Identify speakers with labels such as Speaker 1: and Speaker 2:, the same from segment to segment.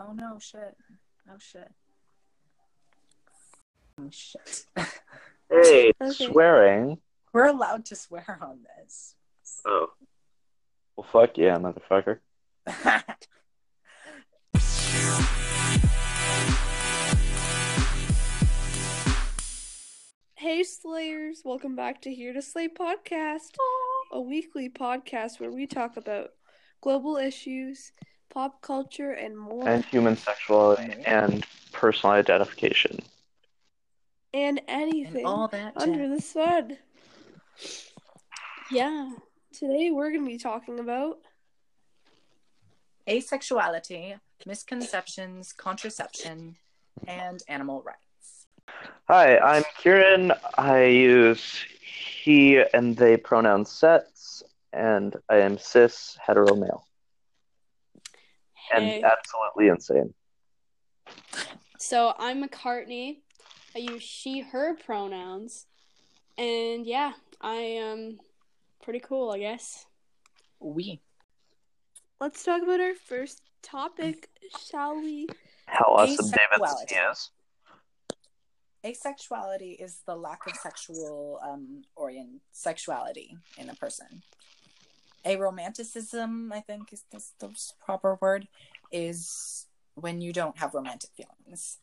Speaker 1: Oh no, shit. Oh shit. Oh shit.
Speaker 2: Hey,
Speaker 3: Okay.
Speaker 2: swearing.
Speaker 1: We're allowed to swear on this.
Speaker 2: Oh. Well, fuck yeah, motherfucker.
Speaker 3: Hey Slayers, welcome back to Here to Slay podcast, a weekly podcast where we talk about global issues, pop culture, and more,
Speaker 2: And
Speaker 3: and,
Speaker 2: human sexuality and personal identification.
Speaker 3: anything
Speaker 1: and all that
Speaker 3: under
Speaker 1: jazz.
Speaker 3: the sun. Yeah, today we're going to be talking about
Speaker 1: asexuality, misconceptions, contraception, and animal rights.
Speaker 2: Hi, I'm Kieran. I use he and they pronoun sets, and I am cis, hetero male,
Speaker 4: Hey.
Speaker 2: and absolutely insane.
Speaker 4: So I'm McCartney. I use she, her pronouns. And yeah, I am pretty cool, I guess.
Speaker 1: We.
Speaker 3: let's talk about our first topic, shall we?
Speaker 2: How awesome
Speaker 1: Asexuality.
Speaker 2: Davidson is.
Speaker 1: Asexuality is the lack of sexual um, orient sexuality in a person. Aromanticism, I think, is this the proper word, is when you don't have romantic feelings.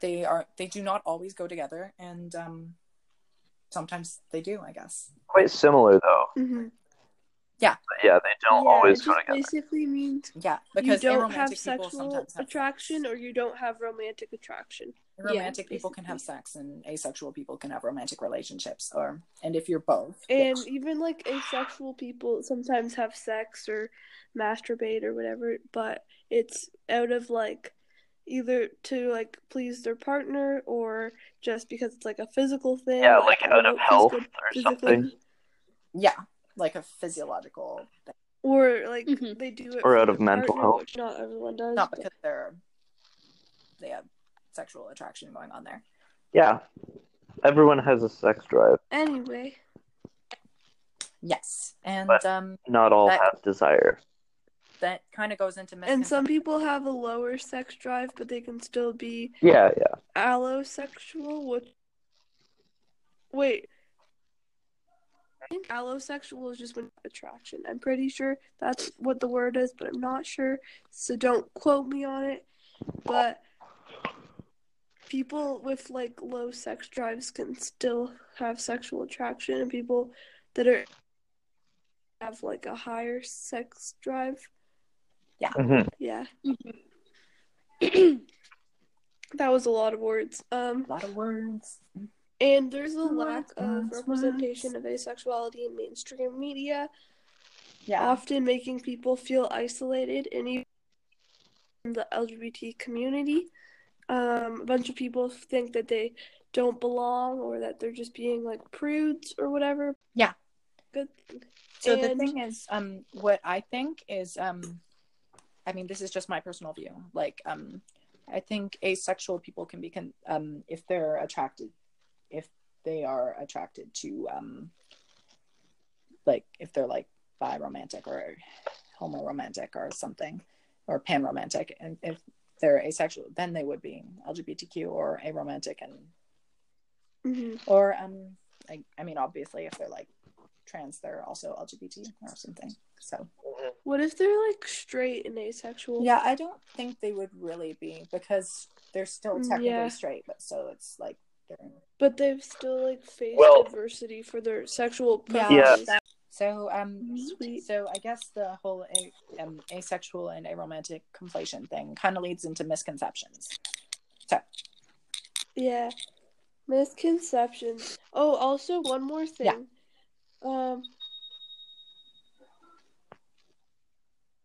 Speaker 1: They are they do not always go together, and um, sometimes they do. I guess
Speaker 2: Quite similar, though.
Speaker 3: Mm-hmm.
Speaker 2: But yeah, they don't always go together.
Speaker 3: basically means
Speaker 1: yeah, because
Speaker 3: you don't
Speaker 1: aromantic
Speaker 3: have
Speaker 1: people
Speaker 3: sexual
Speaker 1: sometimes have
Speaker 3: attraction
Speaker 1: sex.
Speaker 3: or you don't have romantic attraction.
Speaker 1: romantic
Speaker 3: yeah,
Speaker 1: people can have sex, and asexual people can have romantic relationships. Or and if you're both,
Speaker 3: And
Speaker 1: which-
Speaker 3: even like asexual people sometimes have sex or masturbate or whatever, but it's out of like either to like please their partner or just because it's like a physical thing.
Speaker 2: Yeah, like
Speaker 3: I
Speaker 2: out
Speaker 3: don't
Speaker 2: of
Speaker 3: know,
Speaker 2: health
Speaker 3: physical-
Speaker 2: or
Speaker 3: physical-
Speaker 2: something,
Speaker 1: yeah, like a physiological thing.
Speaker 3: Or like
Speaker 4: Mhm.
Speaker 3: they do it
Speaker 2: Or
Speaker 3: for
Speaker 2: out of
Speaker 3: their
Speaker 2: mental
Speaker 3: partner,
Speaker 2: health.
Speaker 3: Which not everyone does.
Speaker 1: Mm-hmm. not
Speaker 3: but-
Speaker 1: because they're they have sexual attraction going on there.
Speaker 2: Yeah. Everyone has a sex drive.
Speaker 3: Anyway,
Speaker 1: Yes, and
Speaker 2: But-
Speaker 1: um,
Speaker 2: Not all
Speaker 1: That-
Speaker 2: have desire.
Speaker 1: that kind of goes into miscon-
Speaker 3: and some people have a lower sex drive, but they can still be
Speaker 2: Yeah, yeah.
Speaker 3: allosexual. Which wait, I think allosexual is just when attraction. I'm pretty sure that's what the word is, but I'm not sure, so don't quote me on it. But people with like low sex drives can still have sexual attraction, and people that are have like a higher sex drive,
Speaker 2: Mhm.
Speaker 3: yeah.
Speaker 4: Mm-hmm. Mhm.
Speaker 3: That was a lot of words. Um,
Speaker 1: a lot of words.
Speaker 3: And there's a lack
Speaker 1: Lots,
Speaker 3: of
Speaker 1: lots,
Speaker 3: representation of asexuality in mainstream media,
Speaker 1: Yeah,
Speaker 3: often making people feel isolated and even in the LGBT community. Um, a bunch of people think that they don't belong or that they're just being like prudes or whatever.
Speaker 1: Yeah.
Speaker 3: Good. thing.
Speaker 1: So the
Speaker 3: And-
Speaker 1: thing is, um, what I think is, um, I mean, this is just my personal view. Like, um, I think asexual people can be, con- um, if they're attracted, if they are attracted to, um, like, if they're like bi romantic or homo romantic or something, or pan romantic, and if they're asexual, then they would be LGBTQ or aromantic, and
Speaker 3: Mhm.
Speaker 1: or um, I, I mean, obviously, if they're like trans, they're also LGBT or something. So.
Speaker 2: Mm-hmm.
Speaker 3: What if they're like straight and asexual?
Speaker 1: Yeah, I don't think they would really be because they're still
Speaker 3: Mm,
Speaker 1: technically
Speaker 3: yeah.
Speaker 1: straight, but so it's like they're
Speaker 3: But they've still like faced
Speaker 2: Well-
Speaker 3: adversity for their sexual
Speaker 1: Yeah.
Speaker 2: Yeah.
Speaker 3: preferences.
Speaker 1: so um
Speaker 3: Sweet.
Speaker 1: so I guess the whole a, um, asexual and aromantic conflation thing kind of leads into misconceptions.
Speaker 3: Yeah. Misconceptions. Oh, also one more thing.
Speaker 1: Yeah.
Speaker 3: Um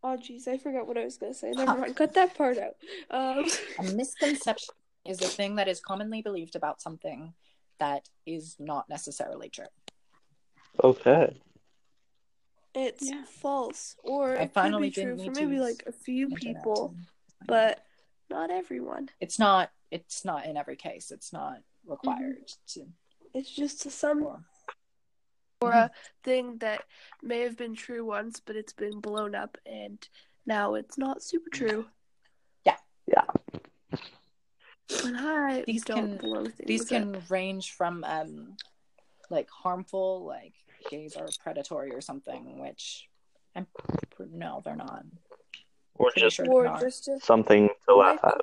Speaker 3: Oh jeez, I forgot what I was gonna say. Never mind. Cut that part out. Um
Speaker 1: A misconception is a thing that is commonly believed about something that is not necessarily true.
Speaker 2: Okay.
Speaker 3: it's
Speaker 4: Yeah.
Speaker 3: false. Or
Speaker 1: I
Speaker 3: it could
Speaker 1: finally
Speaker 3: be
Speaker 1: didn't
Speaker 3: true for
Speaker 1: need to
Speaker 3: maybe
Speaker 1: use
Speaker 3: like a few
Speaker 1: Internet.
Speaker 3: people, but not everyone.
Speaker 1: it's not it's not in every case. It's not required to
Speaker 3: It's just a some
Speaker 1: or- Mm-hmm.
Speaker 3: or a thing that may have been
Speaker 1: Mm.
Speaker 3: true once but it's been blown up and now it's not super true. But I
Speaker 1: These can-
Speaker 3: don't blow things.
Speaker 1: These
Speaker 3: up.
Speaker 1: can range from um, like harmful, like gays are predatory or something, which I'm pr- no, they're not.
Speaker 2: Or
Speaker 1: Pretty
Speaker 2: just
Speaker 1: sure they're
Speaker 3: or
Speaker 1: not.
Speaker 3: just to
Speaker 2: something to laugh at.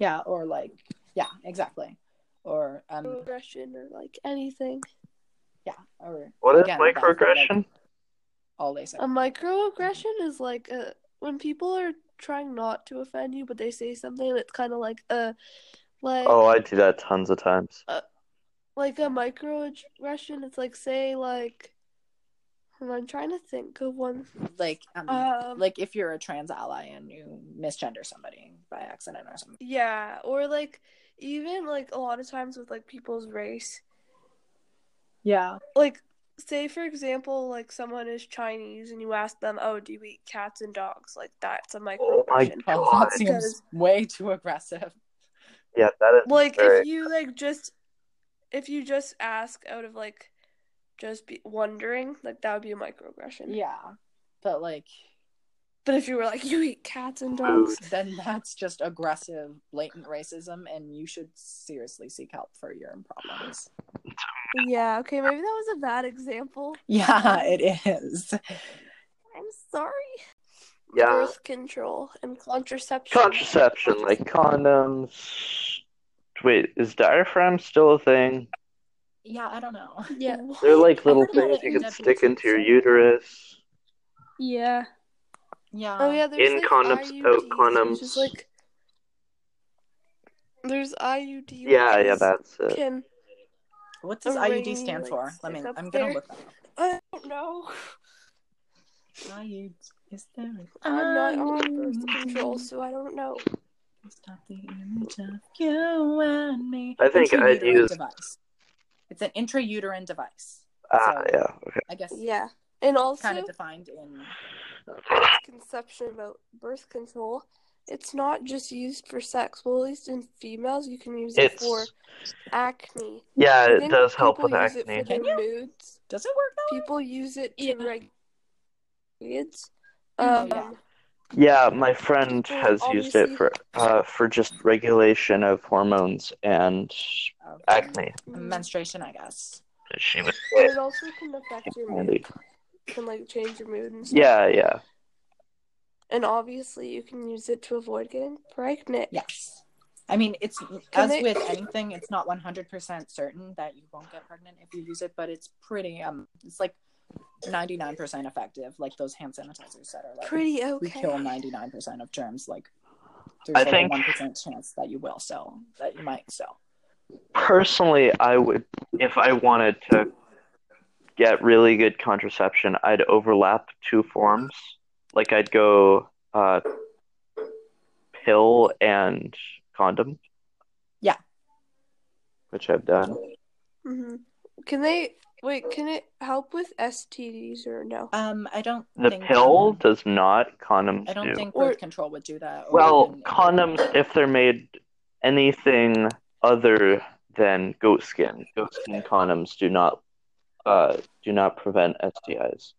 Speaker 1: yeah, or like yeah, exactly, or um,
Speaker 3: progression or like anything.
Speaker 1: yeah, or
Speaker 2: What is
Speaker 1: Again, that's like-
Speaker 2: microaggression?
Speaker 1: all they say.
Speaker 3: A microaggression is like a, when people are trying not to offend you, but they say something that's kind of like a like
Speaker 2: Oh, I do that tons of times.
Speaker 3: like a microaggression. It's like say like and I'm trying to think of one.
Speaker 1: like um,
Speaker 3: Um,
Speaker 1: like if you're a trans ally and you misgender somebody by accident or something.
Speaker 3: yeah, or like even like a lot of times with like people's race,
Speaker 1: Yeah.
Speaker 3: like say for example like someone is chinese and you ask them oh do you eat cats and dogs like that's a
Speaker 2: Oh my
Speaker 3: microaggression
Speaker 1: Oh,
Speaker 2: God.
Speaker 1: that seems
Speaker 3: Because-
Speaker 1: way too aggressive.
Speaker 2: Yeah, that is
Speaker 3: like
Speaker 2: very-
Speaker 3: if you like just if you just ask out of like just be wondering like that would be a microaggression
Speaker 1: Yeah. But like
Speaker 3: but if you were like you eat cats and dogs
Speaker 1: then that's just aggressive blatant racism and you should seriously seek help for your problems.
Speaker 3: yeah okay maybe that was a bad example
Speaker 1: Yeah, it is.
Speaker 3: i'm sorry
Speaker 2: Yeah.
Speaker 3: birth control and contraception
Speaker 2: contraception, like condoms. Wait, is diaphragm still a thing?
Speaker 1: Yeah, I don't know.
Speaker 4: Yeah.
Speaker 2: They're like little
Speaker 1: heard about it
Speaker 2: things you
Speaker 1: in
Speaker 2: can
Speaker 1: WTF,
Speaker 2: stick into your
Speaker 1: so-
Speaker 2: uterus.
Speaker 4: Yeah.
Speaker 1: Yeah.
Speaker 3: Oh yeah, there's
Speaker 2: In
Speaker 3: like
Speaker 2: condoms, out
Speaker 3: IUDs, which is
Speaker 2: condoms.
Speaker 3: like there's IUD. which
Speaker 2: Yeah, yeah,
Speaker 3: is-
Speaker 2: that's it.
Speaker 3: Can
Speaker 1: What does
Speaker 3: A
Speaker 1: IUD
Speaker 3: ring,
Speaker 1: stand
Speaker 3: like,
Speaker 1: for? Let me
Speaker 3: stick up
Speaker 1: I'm
Speaker 3: there.
Speaker 1: gonna look that up.
Speaker 3: I don't know.
Speaker 1: IUD is there an
Speaker 3: I'm
Speaker 1: Um,
Speaker 3: not on birth
Speaker 1: IUD?
Speaker 3: control, so I don't know.
Speaker 1: Stop the image of you and me.
Speaker 2: I think I'd
Speaker 1: Intrauterine
Speaker 2: use-
Speaker 1: device. It's an intrauterine device.
Speaker 2: Ah, yeah, okay.
Speaker 1: I guess
Speaker 3: Yeah, and also
Speaker 1: kind of defined in
Speaker 3: conception about birth control. It's not just used for sex. Well, at least in females, you can use it
Speaker 2: It's
Speaker 3: for acne.
Speaker 2: yeah,
Speaker 3: I
Speaker 2: it
Speaker 3: think
Speaker 2: does help
Speaker 3: people
Speaker 2: with
Speaker 3: use it
Speaker 2: acne.
Speaker 3: for their
Speaker 1: Can you?
Speaker 3: moods.
Speaker 1: does it work that way?
Speaker 3: People use it to
Speaker 4: Yeah.
Speaker 3: regulate periods.
Speaker 1: Oh,
Speaker 3: Um,
Speaker 1: yeah.
Speaker 2: Yeah, my friend
Speaker 3: people
Speaker 2: has used it
Speaker 3: obviously-
Speaker 2: for uh for just regulation of hormones and
Speaker 1: Oh, Okay.
Speaker 2: acne.
Speaker 3: Um,
Speaker 1: Menstruation, I guess.
Speaker 2: She was
Speaker 3: But it also can affect your mood.
Speaker 2: Andy.
Speaker 3: Can like change your mood and stuff.
Speaker 2: Yeah, yeah.
Speaker 3: And obviously, you can use it to avoid getting pregnant.
Speaker 1: Yes. I mean, it's as
Speaker 3: they-
Speaker 1: with anything, it's not 100% certain that you won't get pregnant if you use it, but it's pretty um it's like 99% effective, like those hand sanitizers that are like
Speaker 3: Pretty
Speaker 1: we
Speaker 3: okay.
Speaker 1: kill 99% of germs like there's
Speaker 2: I
Speaker 1: like
Speaker 2: think-
Speaker 1: a 1% chance that you will so that you might so.
Speaker 2: Personally, I would if I wanted to get really good contraception, I'd overlap two forms. Like I'd go uh pill and condom.
Speaker 1: Yeah.
Speaker 2: Which I've done.
Speaker 3: hmm Can they wait? Can it help with STDs or no?
Speaker 1: Um I don't
Speaker 2: The
Speaker 1: think
Speaker 2: pill
Speaker 1: um,
Speaker 2: does not, condoms
Speaker 1: I don't
Speaker 2: do.
Speaker 1: think
Speaker 3: Or-
Speaker 1: birth control would do that. or
Speaker 2: Well,
Speaker 1: even-
Speaker 2: condoms, if they're made anything other than goat skin, goat skin condoms do not uh, do not prevent STIs.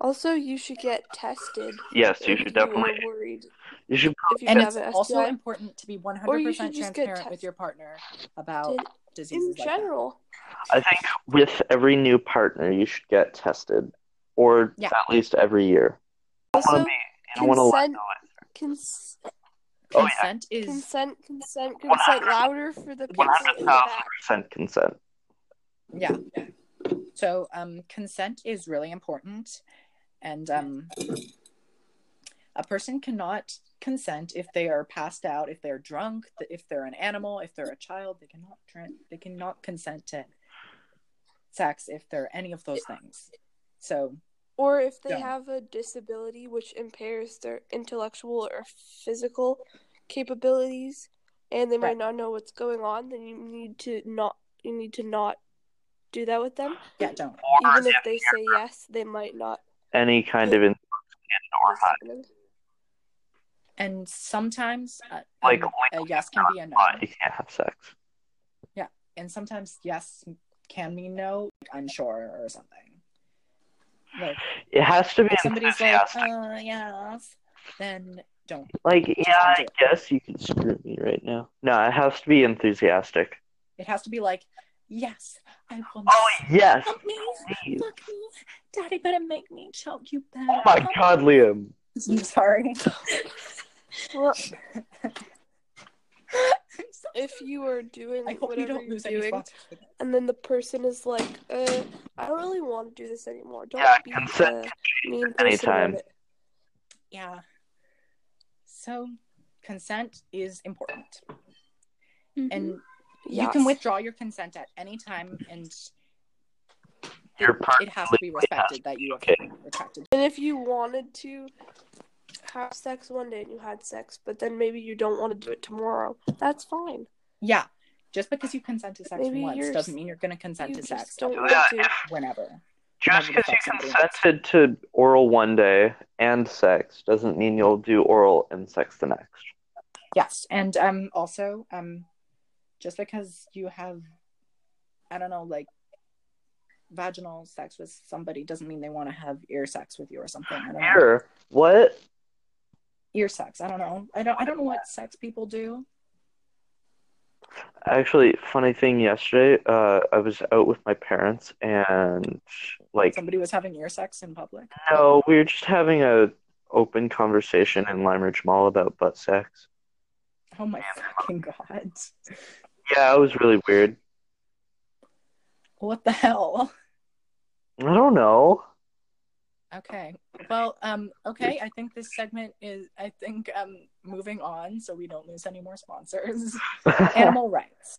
Speaker 3: Also, you should get tested.
Speaker 2: Yes, you
Speaker 3: if
Speaker 2: should definitely.
Speaker 3: are worried
Speaker 2: You should.
Speaker 3: if you
Speaker 1: and
Speaker 3: have
Speaker 1: it's
Speaker 3: an
Speaker 1: also
Speaker 3: STI.
Speaker 1: important to be 100%
Speaker 3: you should just get
Speaker 1: transparent with
Speaker 3: tested.
Speaker 1: your partner about diseases
Speaker 3: in
Speaker 1: like that.
Speaker 3: general.
Speaker 2: I think with every new partner, you should get tested, or
Speaker 1: Yeah.
Speaker 2: at least every year. I don't want to
Speaker 3: Also,
Speaker 2: be. I don't want to let
Speaker 3: consent-
Speaker 2: go.
Speaker 3: cons-
Speaker 2: Oh, yeah.
Speaker 1: consent is
Speaker 3: consent, consent, consent.
Speaker 2: 100
Speaker 3: Louder for the people
Speaker 2: One
Speaker 3: in
Speaker 2: hundred
Speaker 3: the
Speaker 2: thousand
Speaker 3: back.
Speaker 2: percent consent.
Speaker 1: yeah so um consent is really important and um a person cannot consent if they are passed out if they're drunk th- if they're an animal if they're a child they cannot tran they cannot consent to sex if they're any of those things so
Speaker 3: Or if they
Speaker 1: Yeah.
Speaker 3: have a disability which impairs their intellectual or physical capabilities and they
Speaker 1: Right.
Speaker 3: might not know what's going on, then you need to not you need to not do that with them.
Speaker 1: yeah don't
Speaker 2: Or
Speaker 3: Even if they say yes, they might not
Speaker 2: any kind of intoxicant or high.
Speaker 3: listen.
Speaker 1: and sometimes uh,
Speaker 2: Like,
Speaker 1: um,
Speaker 2: like,
Speaker 1: a yes can be a no
Speaker 2: Why you can't have sex?
Speaker 1: and sometimes yes can mean no i'm sure or something like
Speaker 2: It has to be
Speaker 1: if somebody's like,
Speaker 2: enthusiastic.
Speaker 1: oh, yes, then don't.
Speaker 2: Like, yeah, I guess you can screw me right now. No, it has to be enthusiastic.
Speaker 1: It has to be like, yes, I will.
Speaker 2: Oh, yes.
Speaker 1: Fuck me,
Speaker 2: please.
Speaker 1: fuck me, daddy better make me choke you back.
Speaker 2: Oh my god, Liam.
Speaker 1: I'm sorry.
Speaker 3: Well,
Speaker 1: I'm so-
Speaker 3: if you are doing
Speaker 1: I hope you
Speaker 3: whatever
Speaker 1: don't
Speaker 3: you're
Speaker 1: lose any
Speaker 3: doing,
Speaker 1: spots.
Speaker 3: and then the person is like, uh, I don't really want to do this anymore. Don't
Speaker 2: Yeah,
Speaker 3: be
Speaker 2: consent
Speaker 3: a mean person about
Speaker 2: anytime.
Speaker 3: it.
Speaker 1: Yeah. So, consent is important,
Speaker 4: Mm-hmm.
Speaker 1: and you
Speaker 3: Yes.
Speaker 1: can withdraw your consent at any time, and
Speaker 2: Your
Speaker 1: it has to be respected that you have
Speaker 2: Okay.
Speaker 1: retracted.
Speaker 3: And if you wanted to have sex one day and you had sex, but then maybe you don't want to do it tomorrow, that's fine.
Speaker 1: Yeah. Just because you consent to sex
Speaker 3: Maybe
Speaker 1: once
Speaker 3: you're-
Speaker 1: doesn't mean you're going to consent
Speaker 3: You
Speaker 1: to
Speaker 3: just
Speaker 1: sex
Speaker 3: don't want
Speaker 2: Yeah,
Speaker 3: to.
Speaker 1: whenever.
Speaker 2: Just
Speaker 1: Never
Speaker 2: because you
Speaker 1: fuck somebody else.
Speaker 2: consented to oral one day and sex doesn't mean you'll do oral and sex the next.
Speaker 1: Yes. And um also um just because you have I don't know like vaginal sex with somebody doesn't mean they want to have ear sex with you or something. I don't know.
Speaker 2: Here, what?
Speaker 1: Ear sex. I don't know. I don't I don't know what sex people do.
Speaker 2: Actually, funny thing yesterday, uh, I was out with my parents and like
Speaker 1: Somebody was having ear sex in public.
Speaker 2: no, we were just having a open conversation in Lime Ridge Mall about butt sex.
Speaker 1: Oh my fucking god.
Speaker 2: Yeah, it was really weird.
Speaker 1: What the hell?
Speaker 2: I don't know.
Speaker 1: Okay. Well, um, okay. I think this segment is, I think, um, moving on so we don't lose any more sponsors. Animal rights.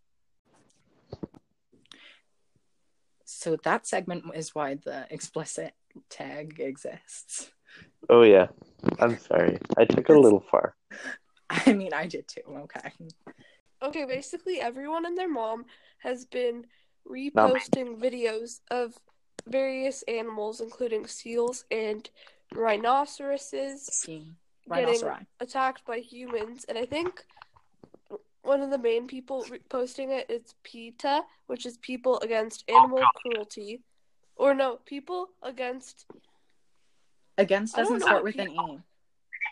Speaker 1: So that segment is why the explicit tag exists.
Speaker 2: oh yeah. I'm sorry. I took it a little far.
Speaker 1: I mean, I did too. Okay.
Speaker 3: Okay, basically everyone and their mom has been
Speaker 2: Mom.
Speaker 3: reposting videos of various animals, including seals and rhinoceroses,
Speaker 1: See,
Speaker 3: Getting-
Speaker 1: rhinoceri.
Speaker 3: attacked by humans. And I think one of the main people re- posting it is PETA, which is People Against Animal Cruelty. Or no, People Against
Speaker 1: Against
Speaker 3: I don't
Speaker 1: doesn't
Speaker 3: know
Speaker 1: start
Speaker 3: what
Speaker 1: with an E.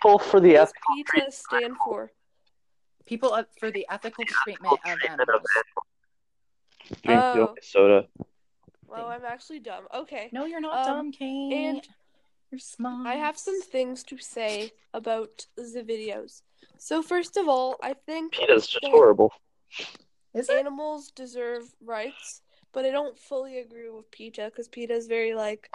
Speaker 2: Full for the
Speaker 3: What
Speaker 2: F
Speaker 3: does PETA stand for?
Speaker 1: People up for the ethical treatment of animals.
Speaker 2: drink
Speaker 3: Oh.
Speaker 2: your soda.
Speaker 3: Well, I'm actually dumb. Okay.
Speaker 1: No, you're not dumb,
Speaker 3: Um,
Speaker 1: Kate.
Speaker 3: and
Speaker 1: you're smart.
Speaker 3: I have some things to say about the videos. So, first of all, I think
Speaker 2: PETA's just
Speaker 3: Yeah.
Speaker 2: horrible.
Speaker 1: Is it?
Speaker 3: animals deserve rights, but I don't fully agree with PETA because PETA is very like,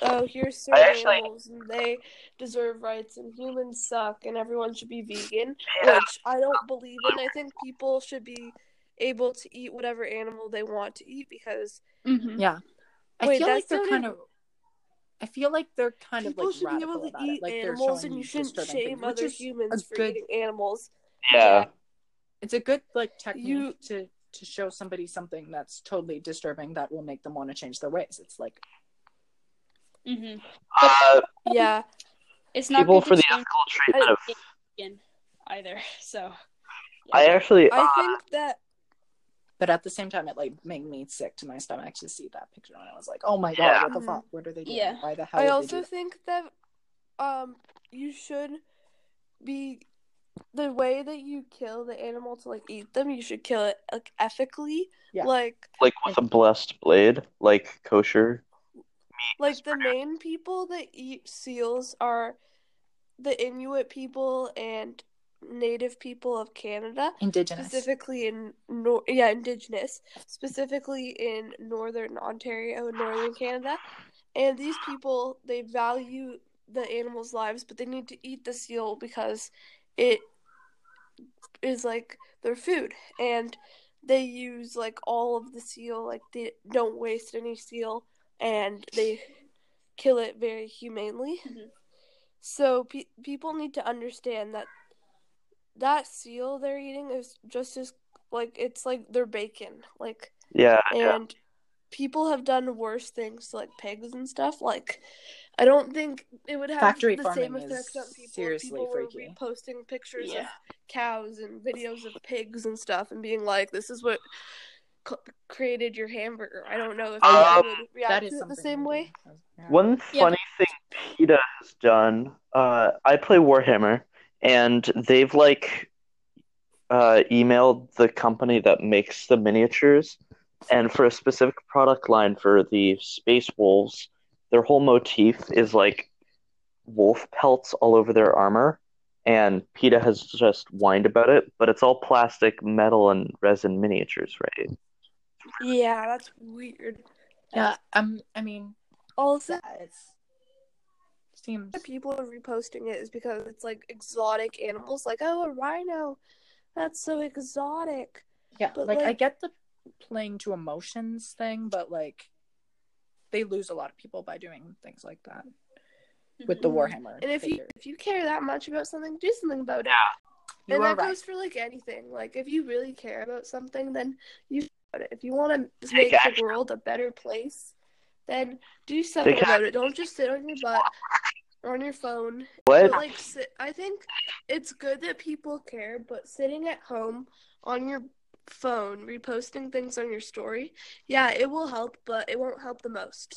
Speaker 3: oh, here's certain
Speaker 2: actually-
Speaker 3: animals and they deserve rights and humans suck and everyone should be vegan,
Speaker 2: Yeah.
Speaker 3: which I don't believe in. I think people should be able to eat whatever animal they want to eat because
Speaker 4: Mhm.
Speaker 1: Yeah. I
Speaker 3: Wait,
Speaker 1: feel
Speaker 3: that
Speaker 1: like they're
Speaker 3: sounded-
Speaker 1: kind of. I feel like they're kind
Speaker 3: people
Speaker 1: of like
Speaker 3: should be
Speaker 1: radical
Speaker 3: able to
Speaker 1: about
Speaker 3: eat
Speaker 1: it. Like they're
Speaker 3: animals
Speaker 1: showing
Speaker 3: and you
Speaker 1: you
Speaker 3: shouldn't
Speaker 1: disturbing
Speaker 3: shame
Speaker 1: things, which
Speaker 3: other
Speaker 1: is-
Speaker 3: humans
Speaker 1: a
Speaker 3: for
Speaker 1: good-
Speaker 3: eating animals.
Speaker 2: Yeah.
Speaker 1: It's a good like technique
Speaker 3: You-
Speaker 1: to to show somebody something that's totally disturbing that will make them want to change their ways. It's like
Speaker 4: Mhm.
Speaker 2: Uh,
Speaker 1: Oh
Speaker 3: Yeah.
Speaker 4: It's not
Speaker 2: people
Speaker 4: good
Speaker 2: for
Speaker 4: to
Speaker 2: the
Speaker 4: change
Speaker 2: ethical treatment of.
Speaker 4: vegan either. So
Speaker 2: I actually. Uh,
Speaker 3: I think that
Speaker 1: but at the same time it like made me sick to my stomach to see that picture and I was like, Oh my god,
Speaker 2: Yeah.
Speaker 1: what the
Speaker 3: Mhm.
Speaker 1: fuck? What are they doing?
Speaker 4: Yeah.
Speaker 1: Why the hell
Speaker 3: I
Speaker 1: would
Speaker 3: also
Speaker 1: they do
Speaker 3: think that um you should be the way that you kill the animal to like eat them, you should kill it like ethically.
Speaker 1: Yeah.
Speaker 3: Like
Speaker 2: like with a blessed blade, like kosher.
Speaker 3: like the main people that eat seals are the Inuit people and native people of Canada.
Speaker 1: that? indigenous
Speaker 3: specifically in nor- yeah indigenous specifically in northern ontario and northern canada and these people they value the animals lives but they need to eat the seal because it is like their food and they use like all of the seal like they don't waste any seal and they kill it very humanely
Speaker 4: Mhm.
Speaker 3: so pe- people need to understand that that seal they're eating is just as like it's like their bacon like
Speaker 2: Yeah. yeah.
Speaker 3: and people have done worse things to, like pigs and stuff like i don't think it would have
Speaker 1: Factory
Speaker 3: the same
Speaker 1: farming
Speaker 3: effect
Speaker 1: is
Speaker 3: on people if
Speaker 1: seriously
Speaker 3: people
Speaker 1: freaky.
Speaker 3: were reposting pictures of
Speaker 4: Yeah.
Speaker 3: cows and videos of pigs and stuff and being like this is what c- created your hamburger i don't know if people
Speaker 2: Um,
Speaker 3: would
Speaker 1: That
Speaker 3: react
Speaker 1: is
Speaker 3: to it
Speaker 1: something
Speaker 3: the same
Speaker 1: we
Speaker 3: way
Speaker 1: do. Yeah.
Speaker 2: One
Speaker 4: Yeah.
Speaker 2: funny thing PETA has done. Uh, I play Warhammer, and they've like uh, emailed the company that makes the miniatures, and for a specific product line for the space wolves, their whole motif is like wolf pelts all over their armor, and PETA has just whined about it, but it's all plastic, metal, and resin miniatures, right?
Speaker 3: Yeah, that's weird.
Speaker 1: Yeah, um, I mean,
Speaker 3: Also,
Speaker 1: it's seems
Speaker 3: the people are reposting it is because it's like exotic animals, like oh, a rhino. That's so exotic.
Speaker 1: yeah.
Speaker 3: but,
Speaker 1: like, I
Speaker 3: like-
Speaker 1: get the playing to emotions thing, but like they lose a lot of people by doing things like that with the
Speaker 4: Mhm.
Speaker 1: Warhammer.
Speaker 3: Mm-hmm. And if you
Speaker 1: figures.
Speaker 3: if you care that much about something, do something about it.
Speaker 1: You
Speaker 3: and
Speaker 1: are
Speaker 3: that
Speaker 1: right.
Speaker 3: goes for like anything. Like if you really care about something, then you should about it. If you want to
Speaker 2: Take
Speaker 3: make the
Speaker 2: action.
Speaker 3: world a better place, then do something
Speaker 2: Take
Speaker 3: about it. Don't just sit on your butt or on your phone.
Speaker 2: What?
Speaker 3: But like, sit, I think it's good that people care, but sitting at home on your phone, reposting things on your story, yeah, it will help, but it won't help the most.